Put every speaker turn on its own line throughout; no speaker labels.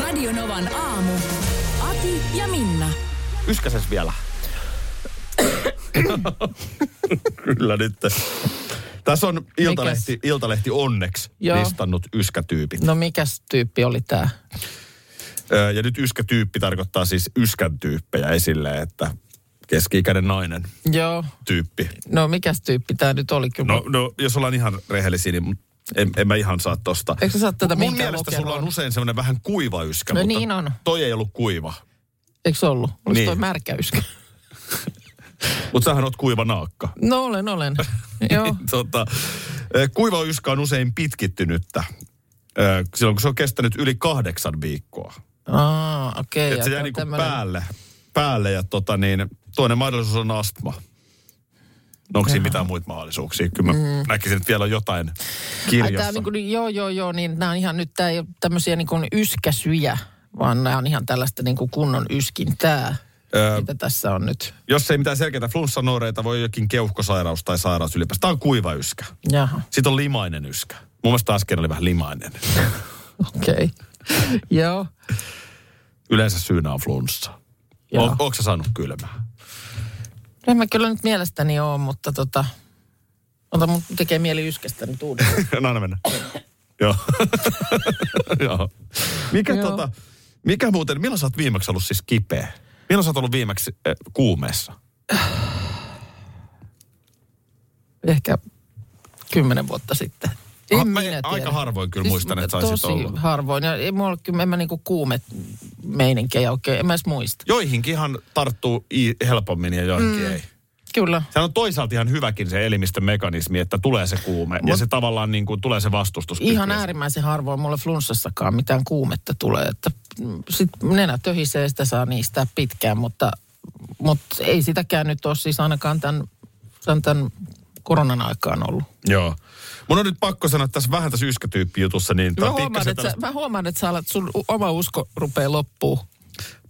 Radionovan aamu. Ati ja Minna.
Yskäses vielä. Kyllä nyt. Tässä on Iltalehti, Iltalehti onneksi
Joo.
listannut yskätyypit.
No mikäs tyyppi oli tämä?
Öö, Ja nyt yskätyyppi tarkoittaa siis yskän tyyppejä esille, että keski-ikäinen nainen
Joo.
tyyppi.
No mikäs tyyppi tämä nyt oli? Kyllä
No, no jos ollaan ihan rehellisiä, niin mut en, en mä ihan saa tosta.
Eikö sä saa tätä
Mun
minkään
mielestä
lokeroon?
sulla on usein semmoinen vähän kuiva yskä,
No
mutta
niin on.
toi ei ollut kuiva.
Eikö se ollut? Oliko
Niin.
niin. toi märkäyskä?
Mutta sähän oot kuiva naakka.
No olen, olen. Joo.
tota, eh, kuiva yskä on usein pitkittynyttä. eh, Silloin kun se on kestänyt yli kahdeksan viikkoa.
Aa, okei.
Et se
ja
jää niinku
tämmönen-
päälle, päälle ja tota niin, toinen mahdollisuus on astma. No onko siinä mitään muita mahdollisuuksia? Kyllä mä mm. näkisin, että vielä on jotain
Ai, tää
kirjassa.
on niinku, joo, joo, joo, niin nämä on ihan nyt, tämä ei ole tämmöisiä niinku yskäsyjä, vaan nämä on ihan tällaista niinku kunnon yskintää,
Ö,
mitä tässä on nyt.
Jos ei mitään selkeitä flunssanooreita, voi jokin keuhkosairaus tai sairaus ylipäänsä. Tämä on kuiva yskä.
Jaha,
Sitten on limainen yskä. Mun mielestä äsken oli vähän limainen.
okei. Okay. joo.
Yleensä syynä on flunssa.
Joo.
O- Onko sä saanut kylmää?
En mä kyllä nyt mielestäni ole, mutta tota, ota mun tekee mieli yskästä nyt uudelleen.
no anna mennä. Joo. Joo. Mikä,
Joo.
Tota, mikä muuten, milloin sä oot viimeksi ollut siis kipeä? Milloin sä oot ollut viimeksi äh, kuumeessa?
Ehkä kymmenen vuotta sitten. En
Ah, mä-
minä tiedä. Siis
aika harvoin kyllä muistan, että saisit
tosi
olla.
harvoin. Ja ei mulla ole, kyllä, en mä niinku kuume meininkejä oikein, en mä edes muista.
Joihinkin ihan tarttuu i- helpommin ja joihinkin mm. ei.
Kyllä.
Sehän on toisaalta ihan hyväkin se elimistön mekanismi, että tulee se kuume ja se tavallaan niin kuin tulee se vastustus.
Ihan
pitkäksi.
äärimmäisen harvoin mulle flunssassakaan mitään kuumetta tulee. Että mm, sit nenä töhisee, sitä saa niistä pitkään, mutta, mutta ei sitäkään nyt ole siis ainakaan tämän, tämän, tämän koronan aikaan ollut.
Joo. Mun on nyt pakko sanoa, että tässä vähän tässä yskätyyppijutussa, niin tämä
Mä
on
huomaan,
pikkasen
että sä,
tällaista
mä huomaan, että sä alat, sun u- oma usko rupeaa loppuu.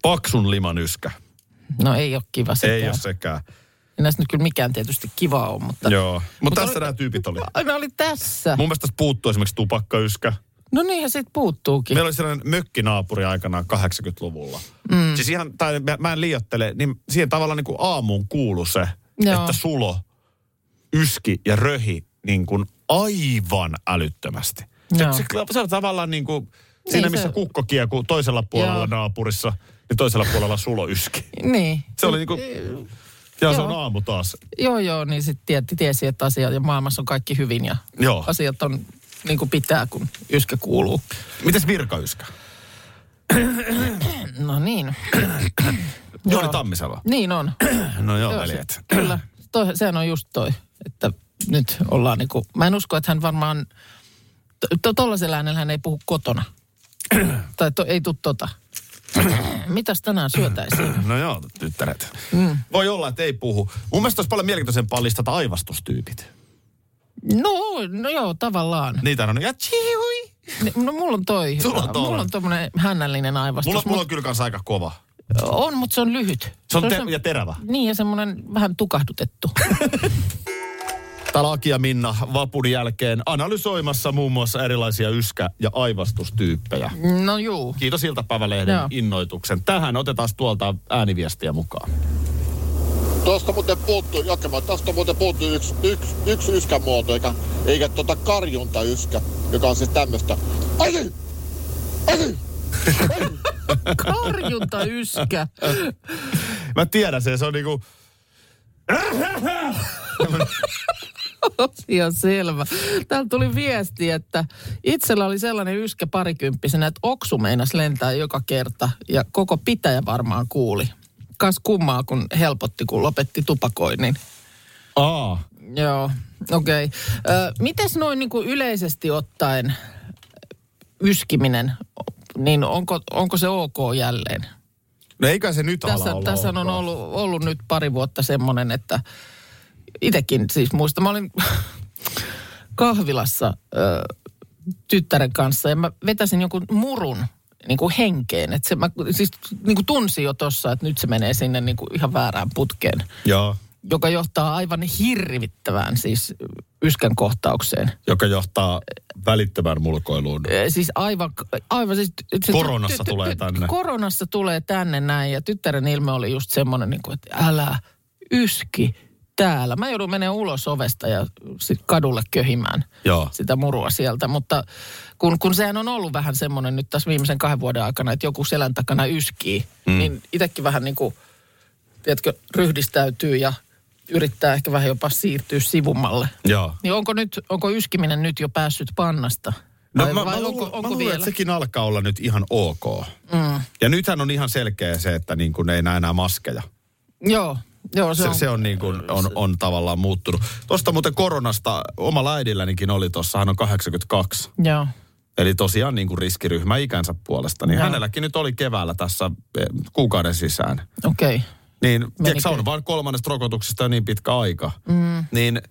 paksun liman yskä.
No ei ole kiva sekään.
Ei ole sekään.
Ei näistä nyt kyllä mikään tietysti kiva on, mutta...
Joo. Mutta Mut tässä
oli-
nämä tyypit oli.
Ai, Ne oli tässä.
Mun mielestä tässä puuttuu esimerkiksi tupakkayskä.
No niinhän siitä puuttuukin.
Meillä oli sellainen mökkinaapuri aikanaan 80-luvulla. Mm. Siis ihan, tai mä, mä en liiottele, niin siihen tavallaan niin kuin aamuun kuulu se, Joo.
Joo.
että sulo, yski ja röhi niin kuin aivan älyttömästi. Se,
Joo.
se, se on tavallaan niin kuin siinä,
Niin,
missä
se-
kukko kiekuu toisella puolella
Joo.
naapurissa, niin toisella puolella sulo yski.
Niin.
Se oli niin kuin, ja se
Joo.
on aamu taas.
Joo, joo, niin sitten tiesi, että asia ja maailmassa on kaikki hyvin ja
Joo.
asiat on niin kuin pitää, kun yskä kuuluu.
Mites virkayskä?
No niin.
Jouni Tammisalo.
Niin on.
No joo,
Joo,
eli
se-
et.
Kyllä. Toi, sehän on just toi, että nyt ollaan niinku, mä en usko, että hän varmaan, to, tollaisella äänellä hän ei puhu kotona. tai to, ei tuu tota. Mitäs tänään syötäisiin?
No joo, tyttäret. Mm. Voi olla, että ei puhu. Mun mielestä olisi paljon mielenkiintoisempaa listata aivastustyypit.
No, no joo, tavallaan.
Niitä on ja tsihui.
Ni- No mulla on toi.
Sulla on
mulla
tollanen.
on tommonen hännällinen aivastus.
Mulla, mulla on kyllä kanssa aika kova.
mut, on, mutta se on lyhyt.
Se on te-
se-
ja terävä.
Niin, ja semmoinen vähän tukahdutettu.
Täällä Aki ja Minna vapun jälkeen analysoimassa muun muassa erilaisia yskä- ja aivastustyyppejä.
No juu.
Kiitos iltapäivälehden
Joo.
innoituksen. Tähän otetaan tuolta ääniviestiä mukaan.
Tuosta muuten puuttuu, jatkamaan, tuosta muuten puuttuu yksi, yksi, yksi yskämuoto, eikä, eikä tota karjunta yskä, joka on siis tämmöstä. Ai! Ai!
Karjunta yskä.
Mä tiedän sen, se on niinku...
Ihan selvä. Täällä tuli viesti, että itsellä oli sellainen yskä parikymppisenä, että oksu meinas lentää joka kerta ja koko pitäjä varmaan kuuli. Kas kummaa, kun helpotti, kun lopetti tupakoinnin.
Aa.
Joo, okei. niinku Okay. Mites noin niin kuin yleisesti ottaen yskiminen, niin onko, onko se ok jälleen?
No eikä se nyt
Tässä,
ala olla
tässä on
ok.
ollut, ollut nyt pari vuotta semmoinen, että itsekin siis muista. Mä olin kahvilassa ö, tyttären kanssa ja mä vetäsin jonkun murun niin kuin henkeen. Et se, mä siis niin kuin tunsin jo tossa, että nyt se menee sinne niin kuin ihan väärään putkeen,
Joo,
joka johtaa aivan hirvittävään siis yskän kohtaukseen.
joka johtaa välittömän mulkoiluun.
Ö, Siis aivan, aivan siis... se-
Koronassa tulee tänne.
Koronassa tulee tänne näin ja tyttären ilme oli just semmoinen, niin kuin, että älä yski täällä. Mä joudun menemään ulos ovesta ja sit kadulle köhimään
Joo.
sitä murua sieltä, mutta kun, kun sehän on ollut vähän semmoinen nyt tässä viimeisen kahden vuoden aikana, että joku selän takana yskii, mm. niin itsekin vähän niin kuin, tiedätkö, ryhdistäytyy ja yrittää ehkä vähän jopa siirtyä sivummalle.
Joo.
Niin onko, nyt, onko yskiminen nyt jo päässyt pannasta?
No
Vai-
mä,
vai
mä,
onko,
luulen,
onko
mä luulen,
vielä?
että sekin alkaa olla nyt ihan ok. Mm. Ja nythän on ihan selkeä se, että niin kuin ei näe enää maskeja.
Joo, joo No se,
Se,
on.
se on, niin kuin, on, on tavallaan muuttunut. Tuosta muuten koronasta, oma äidillänikin oli tuossa, hän on 82.
Joo.
Eli tosiaan niin kuin riskiryhmä ikänsä puolesta. Niin
Joo.
hänelläkin nyt oli keväällä tässä eh, kuukauden sisään.
Okei. Okay.
Niin, tiedätkö,
kyllä.
on vaan kolmannesta rokotuksesta jo niin pitkä aika. Mm. Niin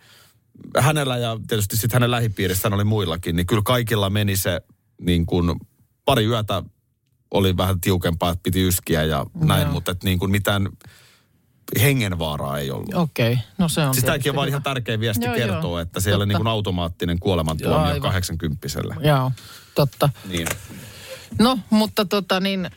hänellä ja tietysti sitten hänen lähipiirissään oli muillakin, niin kyllä kaikilla meni se niin kuin pari yötä oli vähän tiukempaa, että piti yskiä ja näin,
Mm, Joo.
mutta et niin kuin mitään hengenvaaraa ei ollut.
Okei. Okay. No se on
Siis tämäkin
tietysti
on vaan
hyvä.
ihan tärkeä viesti
Joo,
joo, kertoa,
joo.
joo. että siellä on niin
Totta.
kuin automaattinen
Joo,
kuolemantuomio
aivan.
80
Joo, totta.
Niin.
No, mutta tota niin,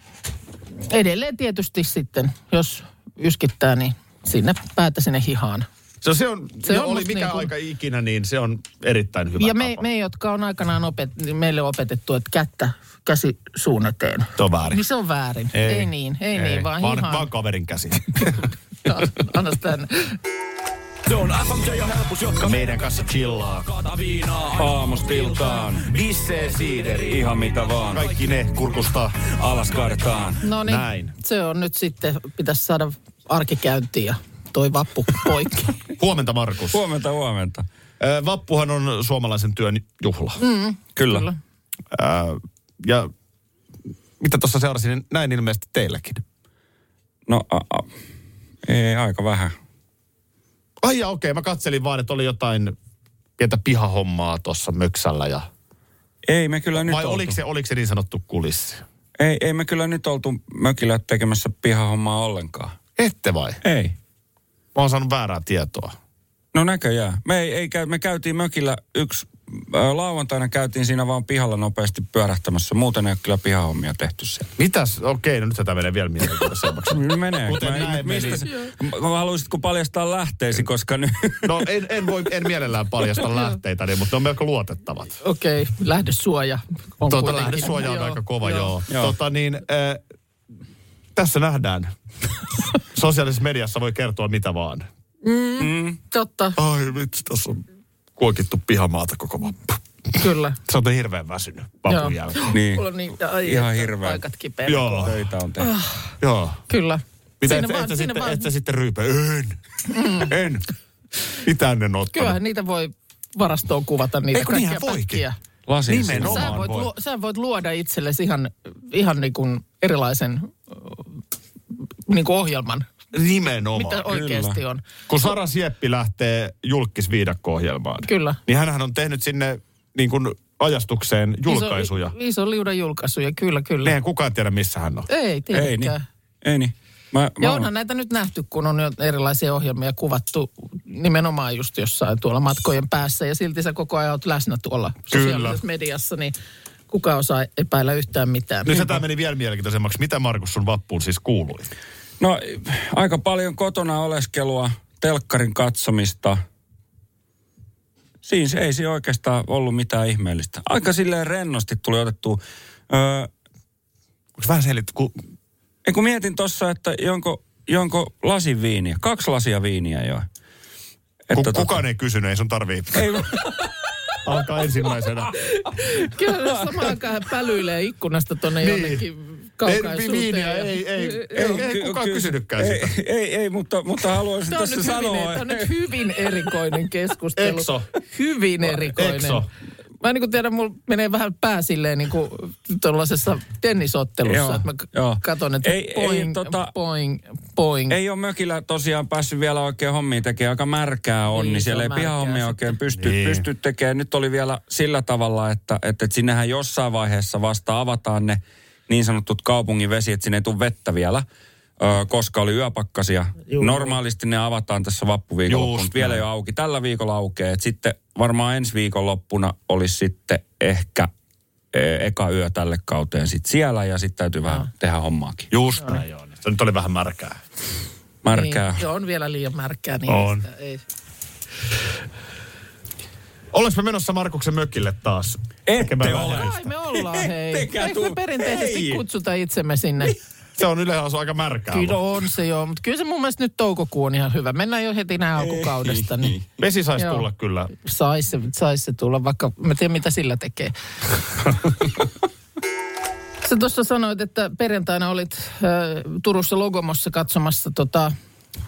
edelleen tietysti sitten, jos yskittää, niin sinne päätä sinne hihaan.
Se, se on,
Se
se
on
on oli
musta
mikä
niin
niin
kuin-
aika ikinä, niin se on erittäin hyvä
ja me,
tapa.
me, jotka on aikanaan opet, niin meille on opetettu, että kättä käsi suun eteen.
Tuo on väärin.
Niin se on väärin. Ei, ei niin, ei, ei niin, vaan,
vaan,
hihaan.
vaan kaverin käsi.
Anna tänne.
Se on FMJ ja helpus, jotka
Meidän kanssa chillaa.
kaata viinaa aamustiltaan. Bissee, siideri, ihan mitä vaan.
Kaikki ne kurkusta.
Alas kaadetaan.
No niin,
Näin.
se on nyt sitten, pitäisi saada arkikäyntiin ja toi vappu poikki.
Huomenta Markus. Huom-
Huomenta, huomenta.
Vappuhan on suomalaisen työn juhla. Mm.
Kyllä.
Kyllä.
ja mitä tuossa seurasin, niin näin ilmeisesti teilläkin.
No, a, a. ei aika vähän.
Ai ja okei, mä katselin vaan, että oli jotain pientä pihahommaa tuossa möksällä. Ja...
Ei me kyllä nyt
Vai
oltu.
oliko se, oliko se niin sanottu kulissi?
Ei, ei me kyllä nyt oltu mökillä tekemässä pihahommaa ollenkaan.
Ette vai?
Ei.
Mä oon saanut väärää tietoa.
No näköjään. Me, ei, ei, käy- me käytiin mökillä yksi ää, lauantaina käytiin siinä vaan pihalla nopeasti pyörähtämässä. Muuten ei ole kyllä pihahommia tehty siellä.
Mitäs? Okei, no nyt tämä menee vielä mielenkiintoisemmaksi.
Menee.
Kuten näin
mistä,
meni.
mä, mä haluaisitko paljastaa lähteesi, koska nyt...
No en, en, voi, en mielellään paljasta lähteitä, niin, mutta ne on melko luotettavat.
Okei, lähdesuoja on
Tota,
kuitenkin.
lähdesuoja on
Joo,
aika kova, joo.
Joo.
joo. Tota, niin, äh, tässä nähdään. Sosiaalisessa mediassa voi kertoa mitä vaan.
Totta,
Ai vitsi, tässä on kuokittu pihamaata koko vappu.
kyllä.
Sä oot hirveän väsynyt
Joo.
vapun jälkeen.
niin,
Mulla on niin, ai,
Ihan
että
hirveä.
Paikat kipeät.
Joo,
töitä on tehty.
Ah.
joo.
Kyllä.
Mitä,
Siinä
et, vaan,
vaan,
et, sä
siinä
sitten,
vaan. Mm.
et sä sitten ryypä? En. en. Mitään en ottanut.
Kyllähän niitä voi varastoon kuvata niitä
Ei kun niinhän
kaikkia
voikin.
pätkiä.
Lasin
Nimenomaan.
silmä.
Sä voit,
voi.
luo, sä voit luoda itsellesi ihan, ihan niin kuin erilaisen ö, niin kuin ohjelman,
Nimenomaan.
mitä oikeasti on.
Kun Sara Sieppi lähtee julkisviidakko-ohjelmaan,
Kyllä.
niin hänhän on tehnyt sinne niin kuin ajastukseen
Niin
julkaisuja.
Iso, iso liudan julkaisuja, kyllä, kyllä.
Eihän kukaan tiedä, missä hän on.
Ei
Ei niin.
tietenkään.
Ei niin. Mä, mä
Ja
oon-
onhan näitä nyt nähty, kun on jo erilaisia ohjelmia kuvattu nimenomaan just jossain tuolla matkojen päässä. Ja silti sä koko ajan oot läsnä tuolla sosiaalisessa mediassa, niin kuka osaa epäillä yhtään mitään.
Nyt tämä meni vielä mielenkiintoisemmaksi. Mitä Markus sun vappuun siis kuului?
No aika paljon kotona oleskelua, telkkarin katsomista. Siis ei se oikeastaan ollut mitään ihmeellistä. Aika silleen rennosti tuli otettu. Öö,
Onko vähän selit, kun...
ei kun mietin tossa, että jonko, jonko lasin viiniä, kaksi lasia viiniä jo.
kun
tota-
kukaan ei kysynyt, ei sun tarvii.
Ei,
Alkaa ensimmäisenä.
Kyllä samaan aikaan hän pälyilee ikkunasta tuonne
Niin.
jonnekin
Ei,
kaukaisuuteen.
viiniä,
ja-
ei, ei, ei, ei
ky-
kukaan
ky-
kysynytkään
ei,
sitä.
Ei, ei, mutta, mutta haluaisin
Tämä on,
tässä
nyt hyvin,
sanoa.
tämä on nyt hyvin erikoinen keskustelu.
Exo.
Hyvin erikoinen.
Exo.
mä en niin kuin tiedä, mulla menee vähän pää silleen niin kuin tuollaisessa tennisottelussa.
Joo,
että mä
joo.
joo. katon, että
Ei- ei,
ei, poing, ei,
tota-
tota, poing, poing.
Ei ole mökillä tosiaan päässyt vielä oikein hommiin tekemään. Aika märkää on, niin,
Niin,
niin
se
siellä ei
on
pihahommia
märkää
oikein pysty,
Niin.
niin. pysty tekemään. Nyt oli vielä sillä tavalla, että, että, että sinnehän jossain vaiheessa vasta avataan ne niin sanottut kaupungin vesi, että sinne ei tule vettä vielä, ö, koska oli yöpakkasia.
Juu.
Normaalisti ne avataan tässä vappuviikolla,
Just
mutta vielä
näin.
jo auki. Tällä viikolla aukeaa. Et sitten varmaan ensi viikonloppuna olisi sitten ehkä ö, eka yö tälle kauteen sit siellä ja sitten täytyy vähän tehdä hommaakin.
Just näin, joo. Se nyt oli vähän märkää.
Märkää.
Niin, se on vielä liian märkää. Niin
On.
Sitä, ei.
Olis me menossa Markuksen mökille taas? Tekemään lähetystä.
Ai me ollaan, hei.
Ettekä
Eikö
tuu-
me perinteisesti
Hei.
kutsuta itsemme sinne?
Se on yleensä aika märkää.
Kyllä
ollut.
on se joo, mutta kyllä se mun mielestä nyt toukokuu on ihan hyvä. Mennään jo heti näin alkukaudesta, niin
Vesi saisi
Joo.
tulla kyllä.
sais se, sais se tulla, vaikka mä tiedän mitä sillä tekee. Sä tuossa sanoit, että perjantaina olit äh, Turussa Logomossa katsomassa tota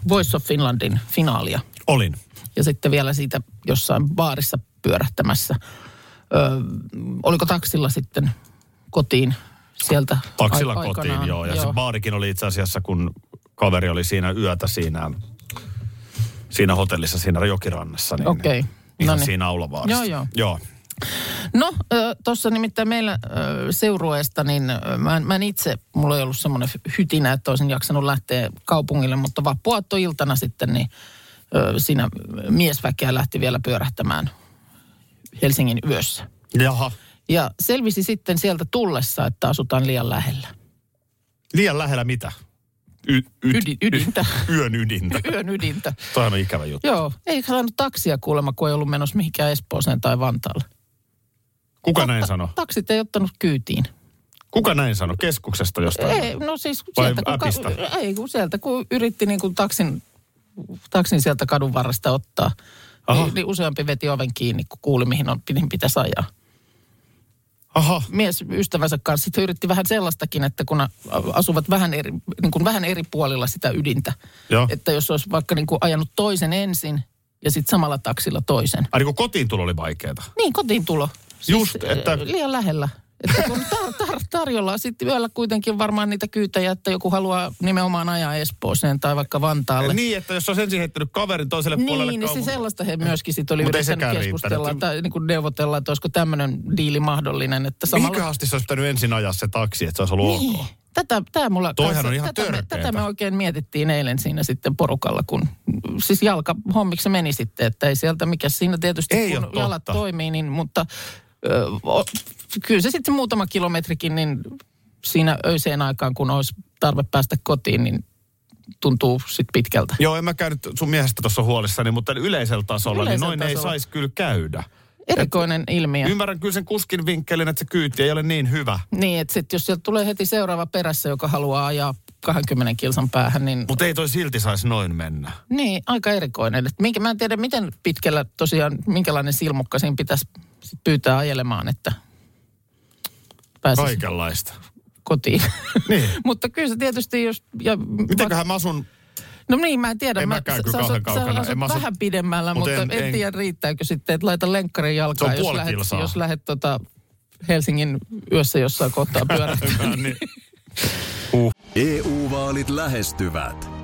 Voice of Finlandin finaalia.
Olin.
Ja sitten vielä siitä jossain baarissa pyörähtämässä. Ö, oliko taksilla sitten kotiin sieltä
Taksilla
ai-
kotiin,
aikanaan?
joo. Ja joo. se baarikin oli itse asiassa, kun kaveri oli siinä yötä siinä, siinä hotellissa, siinä jokirannassa. Niin,
Okei. No
Ihan
Noniin.
siinä aulavaarissa.
Joo, joo.
joo.
No, tuossa nimittäin meillä ö, seurueesta, niin ö, mä, en- mä en itse, mulla ei ollut semmoinen hytinä, että olisin jaksanut lähteä kaupungille, mutta vappuaattoiltana sitten, niin ö, siinä miesväkeä lähti vielä pyörähtämään Helsingin yössä.
Jaha.
Ja selvisi sitten sieltä tullessa, että asutaan liian lähellä.
Liian lähellä mitä? Y- yt-
Ydin, ydintä,
yön ydintä.
yön ydintä.
Toi on ikävä juttu.
Joo, ei saanut taksia kuulemma, kun ei ollut menossa mihinkään Espooseen tai Vantaalle.
Kuka näin sanoi?
Taksit ei ottanut kyytiin.
Kuka näin sanoi? Keskuksesta jostain?
Ei, no siis
Vai
sieltä kun,
appista?
ka- ei, kun sieltä kun yritti niin kuin taksin, taksin sieltä kadun varresta ottaa,
Aha.
niin, niin, useampi veti oven kiinni, kun kuuli mihin on, mihin pitäisi ajaa.
Aha.
Mies ystävänsä kanssa sitten yritti vähän sellaistakin, että kun a- asuvat vähän eri, niin kuin vähän eri puolilla sitä ydintä,
Joo. Et...
että jos olisi vaikka niin kuin ajanut toisen ensin ja sitten samalla taksilla toisen.
Ai niin kuin kotiin tulo oli vaikeeta.
Niin, kotiin tulo.
Just, että-
ö, Liian lähellä. Että kun tar- tar- tarjolla sitten yöllä kuitenkin varmaan niitä kyytejä, että joku haluaa nimenomaan ajaa Espooseen tai vaikka Vantaalle.
Niin, että jos olisi ensin heittänyt kaverin toiselle puolelle
Niin, niin siis
kaupunkia.
sellaista he myöskin sitten oli
Mut ei
yrittänyt
sekään
keskustella
riittänyt.
tai niin kuin neuvotella, että olisiko tämmöinen diili mahdollinen. Että samalla...
Mihinkä asti se olisi pitänyt ensin ajaa se taksi, että se olisi ollut
Niin.
ok?
Tätä, tää mulla,
Toihan on ihan
tätä, me,
törkeetä.
tätä me oikein mietittiin eilen siinä sitten porukalla, kun siis jalka hommiksi se meni sitten, että ei sieltä mikä siinä tietysti
Ei oo
kun
totta.
jalat toimii, niin, mutta ö, o, kyllä se sitten muutama kilometrikin, niin siinä öiseen aikaan, kun olisi tarve päästä kotiin, niin tuntuu sitten pitkältä.
Joo, en mä käynyt sun miehestä tuossa huolissani, mutta yleisellä tasolla,
Yleisellä
niin noin ei
tasolla.
saisi kyllä käydä.
Erikoinen ilmiö.
Ymmärrän kyllä sen kuskin vinkkelin, että se kyyti ei ole niin hyvä.
Niin, että sitten jos sieltä tulee heti seuraava perässä, joka haluaa ajaa 20 kilsan päähän, niin
Mutta ei toi silti saisi noin mennä.
Niin, aika erikoinen. Et minkä, mä en tiedä, miten pitkällä tosiaan, minkälainen silmukka siinä pitäisi sit pyytää ajelemaan, että pääsisi Kaiken.
Kaikenlaista.
kotiin.
Niin.
Mutta kyllä se tietysti, jos... Ja,
Mitenköhän mä sun...
No niin, mä en tiedä.
En mäkään
sä-
kyllä kauhean
sä asut- sä
kaukana.
asut
En mä asu-
vähän pidemmällä,
Mut
mutta
en-
en, en,
en-
tiedä riittääkö sitten, että laita lenkkarin
Se on
jalkaan, jos
puoli
lähet,
kilsaa.
jos lähet tota Helsingin yössä jossain kohtaa pyörähtämään.
niin.
EU-vaalit E lähestyvät.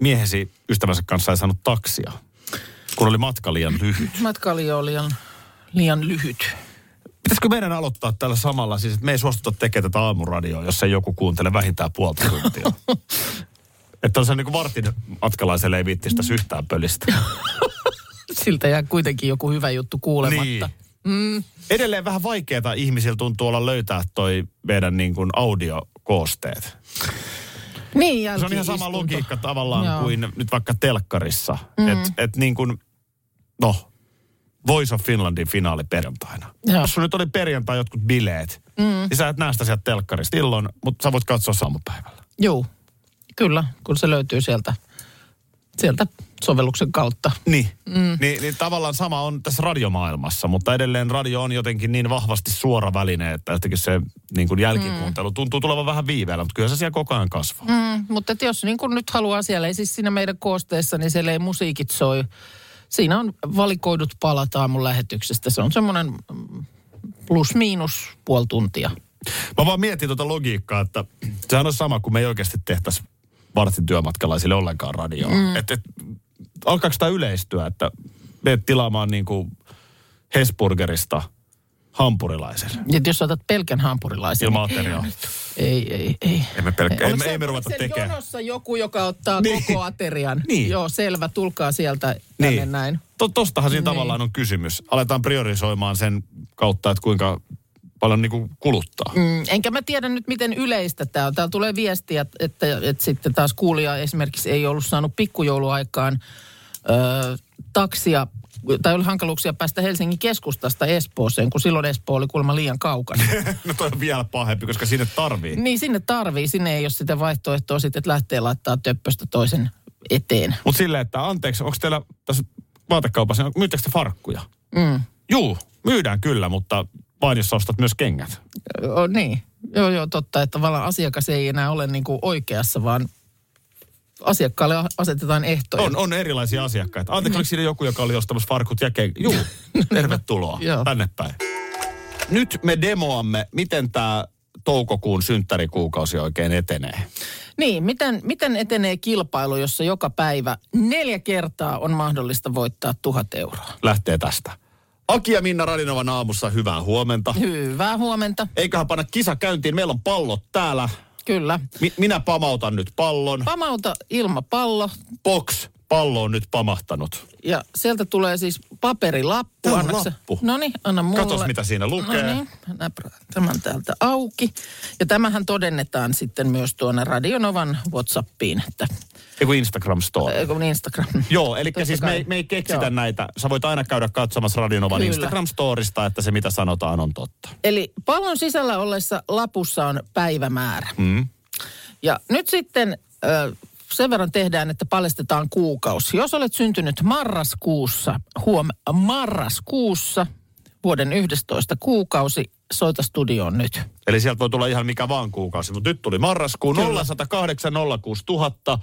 miehesi ystävänsä kanssa ei saanut taksia, kun oli matka liian lyhyt.
Matka oli jo liian, liian lyhyt.
Pitäisikö meidän aloittaa tällä samalla, siis että me ei suostuta tekemään tätä aamuradioa, jos ei joku kuuntele vähintään puolta tuntia. että on se niin kuin vartin matkalaiselle ei viitti sitä yhtään pölistä.
Siltä jää kuitenkin joku hyvä juttu kuulematta. Niin.
Edelleen vähän vaikeaa ihmisillä tuntuu olla löytää toi meidän niin kuin audiokoosteet.
Niin,
Se on ihan sama
jälki-istunto.
logiikka tavallaan
Joo.
Joo. kuin nyt vaikka telkkarissa. Mm. Että et niin kuin, no, Voice of Finlandin finaali perjantaina.
Joo.
Jos sulla nyt oli perjantai jotkut bileet, mm. niin sä et näe sitä sieltä telkkarista silloin, mutta sä voit katsoa saamupäivällä.
Joo, kyllä, kun se löytyy sieltä, sieltä sovelluksen kautta.
Niin. Mm. Ni, niin tavallaan sama on tässä radiomaailmassa, mutta edelleen radio on jotenkin niin vahvasti suora väline, että jotenkin se niin kuin jälkikuuntelu tuntuu tulevan vähän viiveellä, mutta kyllä se siellä koko ajan kasvaa. Mm.
Mm, mutta et jos niin kuin nyt haluaa siellä, ei siis siinä meidän koosteessa, niin siellä ei musiikit soi. Siinä on valikoidut palat aamun lähetyksestä. Se on semmoinen mm, plus-miinus puoli tuntia.
Mä vaan mietin tuota logiikkaa, että sehän on sama, kun me ei oikeasti tehtäisi vartin työmatkalaisille ollenkaan radioa. Mm. Et, et, alkaako tämä yleistyä, että meet tilaamaan niin kuin Hesburgerista hampurilaisen
Et jos otat pelkän hampurilaisen. niin
ilman ateriaa?
Ei, ei, ei.
Emme pelkkää,
Oliko
emme,
se-
emme ruveta
oliko siellä
tekemään.
jonossa joku, joka ottaa
Niin.
koko aterian?
Niin.
Joo, selvä, tulkaa sieltä tänne niin. näin.
To, tostahan siinä niin. tavallaan on kysymys. Aletaan priorisoimaan sen kautta, että kuinka paljon niinku kuluttaa. Mm.
Mm, enkä mä tiedä nyt, miten yleistä tämä on. Täällä tulee viestiä, että, että, että sitten taas kuulija esimerkiksi ei ollut saanut pikkujouluaikaan ö, taksia tai oli hankaluuksia päästä Helsingin keskustasta Espooseen, kun silloin Espoo oli kuulemma liian kaukana.
No toi on vielä pahempi, koska sinne tarvii.
niin sinne tarvii, sinne ei ole sitä vaihtoehtoa sitten, että lähtee laittaa töppöstä toisen eteen.
Mutta silleen, että anteeksi, onko teillä tässä vaatekaupassa, myyttekö te farkkuja? Mm. Juu, myydään kyllä, mutta vain jos sä ostat myös kengät.
O, niin, joo joo totta, että tavallaan asiakas ei enää ole niin kuin oikeassa, vaan asiakkaalle asetetaan ehtoja.
On, on erilaisia asiakkaita. Anteeksi, oliko siinä joku, joka oli ostamassa farkut ja kengät? Juu, tervetuloa
Joo.
tänne päin. Nyt me demoamme, miten tämä toukokuun synttärikuukausi oikein etenee.
Niin, miten, miten etenee kilpailu, jossa joka päivä neljä kertaa on mahdollista voittaa tuhat euroa?
lähtee tästä. Aki ja Minna Radinovan aamussa, hyvää huomenta.
Hyvää huomenta,
Eiköhän panna kisa käyntiin, meillä on pallot täällä.
kyllä.
Mi- minä pamautan nyt pallon.
Pamauta ilmapallo
Box, pallo on nyt pamahtanut.
ja sieltä tulee siis paperilappu.
Täällä on
Annatko sä-
lappu.
Noniin, anna mulle.
Katos, mitä siinä lukee.
No niin, näprään tämän täältä auki. Ja tämähän todennetaan sitten myös tuonne Radionovan Whatsappiin, että
Joku Instagram Store.
ei kun Instagram.
Joo, eli
Äh, Totta
siis me,
kai.
ei- me ei keksitä
Joo.
Joo. näitä. Sä voit aina käydä katsomassa Radinovan
Kyllä.
Instagram Storista, että se mitä sanotaan on totta.
Eli pallon sisällä ollessa lapussa on päivämäärä.
Mm.
Ja nyt sitten ö, sen verran tehdään, että paljastetaan kuukausi. Jos olet syntynyt marraskuussa, huom, marraskuussa, vuoden 11 kuukausi, soita studioon nyt.
Eli sieltä voi tulla ihan mikä vaan kuukausi. Mutta nyt tuli marraskuun 0108 06000.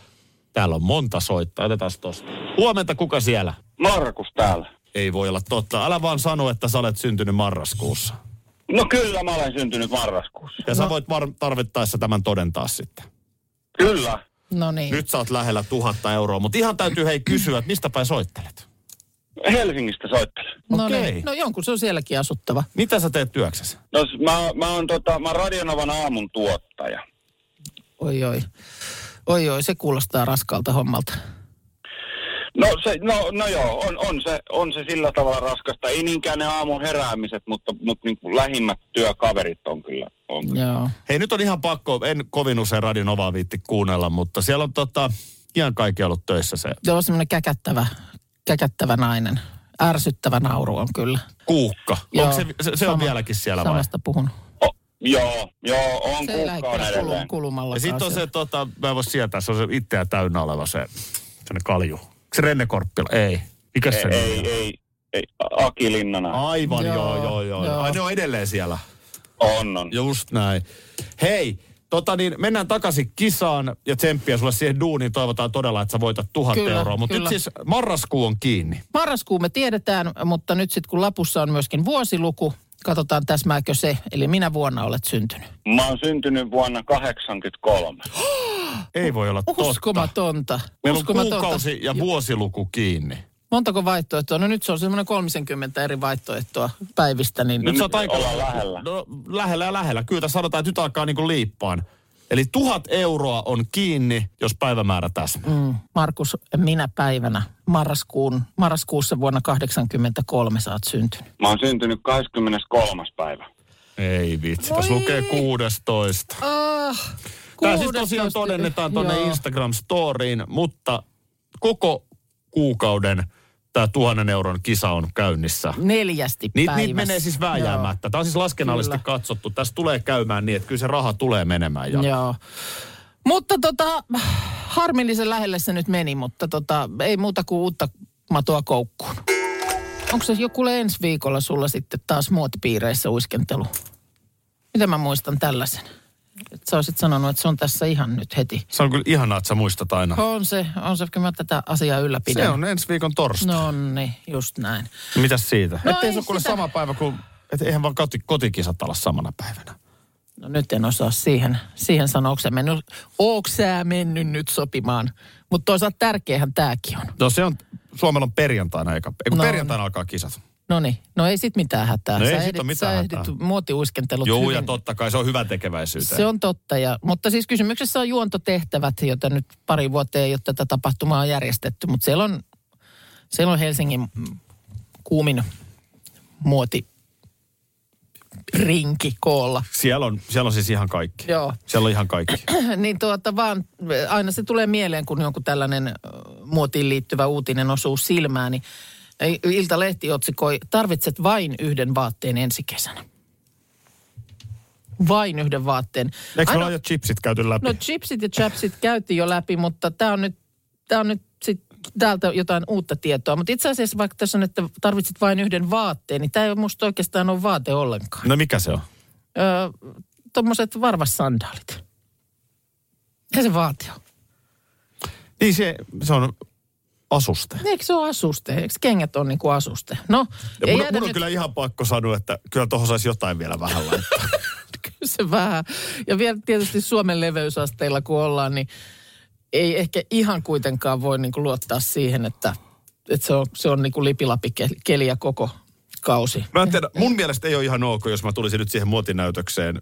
Täällä on monta soittaa. Otetaan tosta. Huomenta, kuka siellä?
Markus täällä.
Ei voi olla totta. Älä vaan sano, että sä olet syntynyt marraskuussa.
No kyllä mä olen syntynyt marraskuussa.
No.
Ja sä voit var- tarvittaessa tämän todentaa sitten.
Kyllä.
No niin.
Nyt sä oot lähellä tuhatta euroa, mutta ihan täytyy hei kysyä, että mistä päin soittelet?
Helsingistä soittelen.
No,
okei.
niin. no jonkun se on sielläkin asuttava.
Mitä sä teet työksessä?
No s- mä, mä oon tota, mä oon Radionovan aamun tuottaja.
Oi oi. Oi oi, se kuulostaa raskalta hommalta.
No, se, no, no joo, on, on, se, on se sillä tavalla raskasta. Ei niinkään ne aamun heräämiset, mutta, mutta niin kuin lähimmät työkaverit on kyllä. On. kyllä.
Joo.
Hei, nyt on ihan pakko, en kovin usein Radio Novaa viitti kuunnella, mutta siellä on tota, ihan kaikki ollut töissä se
Joo, semmoinen käkättävä, käkättävä nainen. Ärsyttävä nauru on kyllä.
kuukka.
Joo,
Onko se, se, se on
sama-
vieläkin siellä vai?
Samasta puhun.
O, joo, joo, on
Se ei
kukkaan
lähdekään kulun
edelleen.
kulumalla.
Ja sitten on se, tota, mä en voi sietää, se on se itseä täynnä oleva se, sellainen kalju. Onko Se Renne Korppila, ei. Mikäs se
Ei,
nyt on?
ei, ei, ei, A- Aki Linnana.
Aivan, joo,
Joo,
joo, joo. joo.
joo.
Ai, ne on edelleen siellä.
On, on.
Just näin. Hei, tota niin, mennään takaisin kisaan ja tsemppiä sulle siihen duuniin. Toivotaan todella, että sä voitat tuhat
Kyllä,
euroa. Mutta
kyllä.
nyt siis marraskuu on kiinni.
Marraskuu me tiedetään, mutta nyt sitten kun lapussa on myöskin vuosiluku, katsotaan täsmääkö se, eli minä vuonna olet syntynyt.
Mä oon syntynyt vuonna 83.
Ei voi olla totta.
Uskomatonta.
Meillä on
Uskomatonta.
kuukausi ja
Joo.
vuosiluku kiinni.
Montako vaihtoehtoa? No nyt se on semmoinen 30 eri vaihtoehtoa päivistä, niin
No Nyt
nyt
sä oot aika...
No ollaan lähellä.
No, lähellä ja lähellä. Kyllä tässä sanotaan, että nyt alkaa niinku liippaan. Eli tuhat euroa on kiinni, jos päivämäärä täsmää. Mm.
Markus, minä päivänä marraskuun, marraskuussa vuonna 1983 sä oot syntynyt.
Mä oon syntynyt 23. päivä.
Ei vitsi, tässä
No
lukee
niin.
16.
Ah,
Tämä siis tosiaan todennetaan tuonne Instagram-storiin, mutta koko kuukauden tämä tuhannen euron kisa on käynnissä.
Neljästi
Niitä
päivässä.
niit menee siis vääjäämättä. Tämä on siis laskennallisesti
Kyllä.
katsottu. Tässä tulee käymään niin, että kyllä se raha tulee menemään. Ja
Joo. Joo. Mutta tota, harmillisen lähelle se nyt meni, mutta tota, ei muuta kuin uutta matoa koukkuun. Onko se joku ensi viikolla sulla sitten taas muotipiireissä uiskentelu? Mitä mä muistan tällaisen? Et sä olisit sanonut, että se on tässä ihan nyt heti.
Se on kyllä ihanaa, että sä muistat aina.
On se, on se, kyllä mä tätä asiaa ylläpidän.
Se on ensi viikon torstai.
No niin, just näin.
Mitäs siitä? No
No
Ettei
ei
se ole kuule
sitä.
sama päivä kuin... Että eihän vaan koti, kotikisat ala samana päivänä.
No nyt en osaa siihen, siihen sanoa, onko sä mennyt, onko sä mennyt nyt sopimaan. Mutta toisaalta tärkeähän tämäkin on.
No se on... Suomella on perjantaina eikä... Eiku
No.
no. perjantaina alkaa kisat.
No niin, no ei sit mitään hätää.
No
sä
ei sit
ehdit,
oo mitään
sä
hätää.
ehdit muotiuiskentelut
Joo,
hyvin.
ja totta kai se on hyvä tekeväisyyteen.
Se on totta, ja, mutta siis kysymyksessä on juontotehtävät, jota nyt pari vuoteen ei ole tätä tapahtumaa järjestetty, mutta siellä on, siellä on Helsingin mm, kuumin muoti rinki koolla.
Siellä on, siellä on siis ihan kaikki.
Joo.
Siellä on ihan kaikki.
niin tuota vaan, aina se tulee mieleen, kun jonkun tällainen ö, muotiin liittyvä uutinen osuu silmään, niin ei, Iltalehti otsikoi, tarvitset vain yhden vaatteen ensi kesänä. Vain yhden vaatteen.
Eikö
Ainoa-
me olla jo chipsit käyty läpi?
No chipsit ja chapsit käytiin jo läpi, mutta tämä on nyt, tää on nyt sit täältä jotain uutta tietoa. Mutta itse asiassa vaikka tässä on, että tarvitset vain yhden vaatteen, niin tämä ei musta oikeastaan ole vaate ollenkaan.
no mikä se on?
Öö, Tuommoiset varvassandaalit. Ei se vaate ole.
Niin se, se on asuste.
Eikö se ole asuste? Eikö kengät on niinku asuste? No,
Ja
ei
mun,
jäädä
mun on
nyt
kyllä ihan pakko sanoa, että kyllä tuohon saisi jotain vielä vähän laittaa.
se vähän. Ja vielä tietysti Suomen leveysasteilla kun ollaan, niin ei ehkä ihan kuitenkaan voi niinku luottaa siihen, että, että se on, se on niinku lipilapikeliä koko kausi.
Mä en tiedä, mun mielestä ei ole ihan ok, jos mä tulisin nyt siihen muotinäytökseen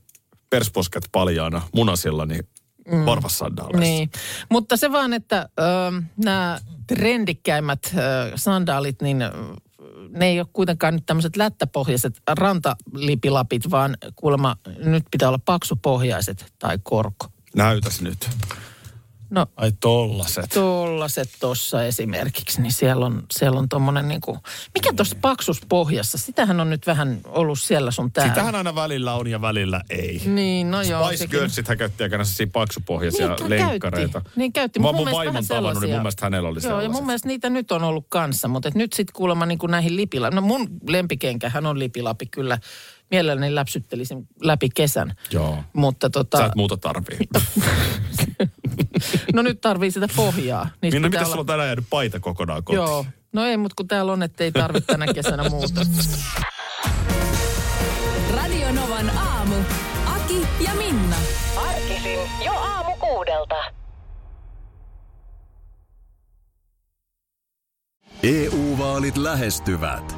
persposket paljaana munasilla, niin mm.
Niin, mutta se vaan, että ö, nämä trendikkäimmät ö, sandaalit, niin ö, ne ei ole kuitenkaan nyt tämmöiset lättäpohjaiset rantalipilapit, vaan kuulemma nyt pitää olla paksupohjaiset tai korko.
Näytäs nyt.
No
Ai tollaset.
tollaset tossa esimerkiksi, niin siellä on, siellä on tommonen niinku,
Mm.
mikä tuossa paksuspohjassa, sitähän on nyt vähän ollut siellä sun täällä.
Sitähän aina välillä on ja välillä ei.
Niin, no joo.
Spice
sekin-
Girlsithän käytti aikana sellaisia paksupohjaisia
Niitä käytti.
lenkkareita.
Niin käytti.
Mä
Mut
oon mun
mielestä
vaimon
vähän
tavannut, niin
sellaisia-
mun mielestä hänellä oli
Joo, ja mun
sellaiset.
mielestä niitä nyt on ollut kanssa, mutta et nyt sitten kuulemma niin kuin näihin lipila. No mun lempikenkähän on lipilapi kyllä. Mielelläni läpsyttelisin läpi kesän.
Joo.
Mutta
Sä
tota,
et muuta tarvii.
no nyt tarvii sitä pohjaa. Niistä
Minna,
pitää
mitä
olla-
sulla on tänään jäänyt paita kokonaan kotiin?
Joo. No ei, mutta kun täällä on, että ei tarvitse tänä kesänä muuta.
Radio Novan aamu. Aki ja Minna.
Arkisin jo aamu kuudelta.
EU-vaalit E lähestyvät.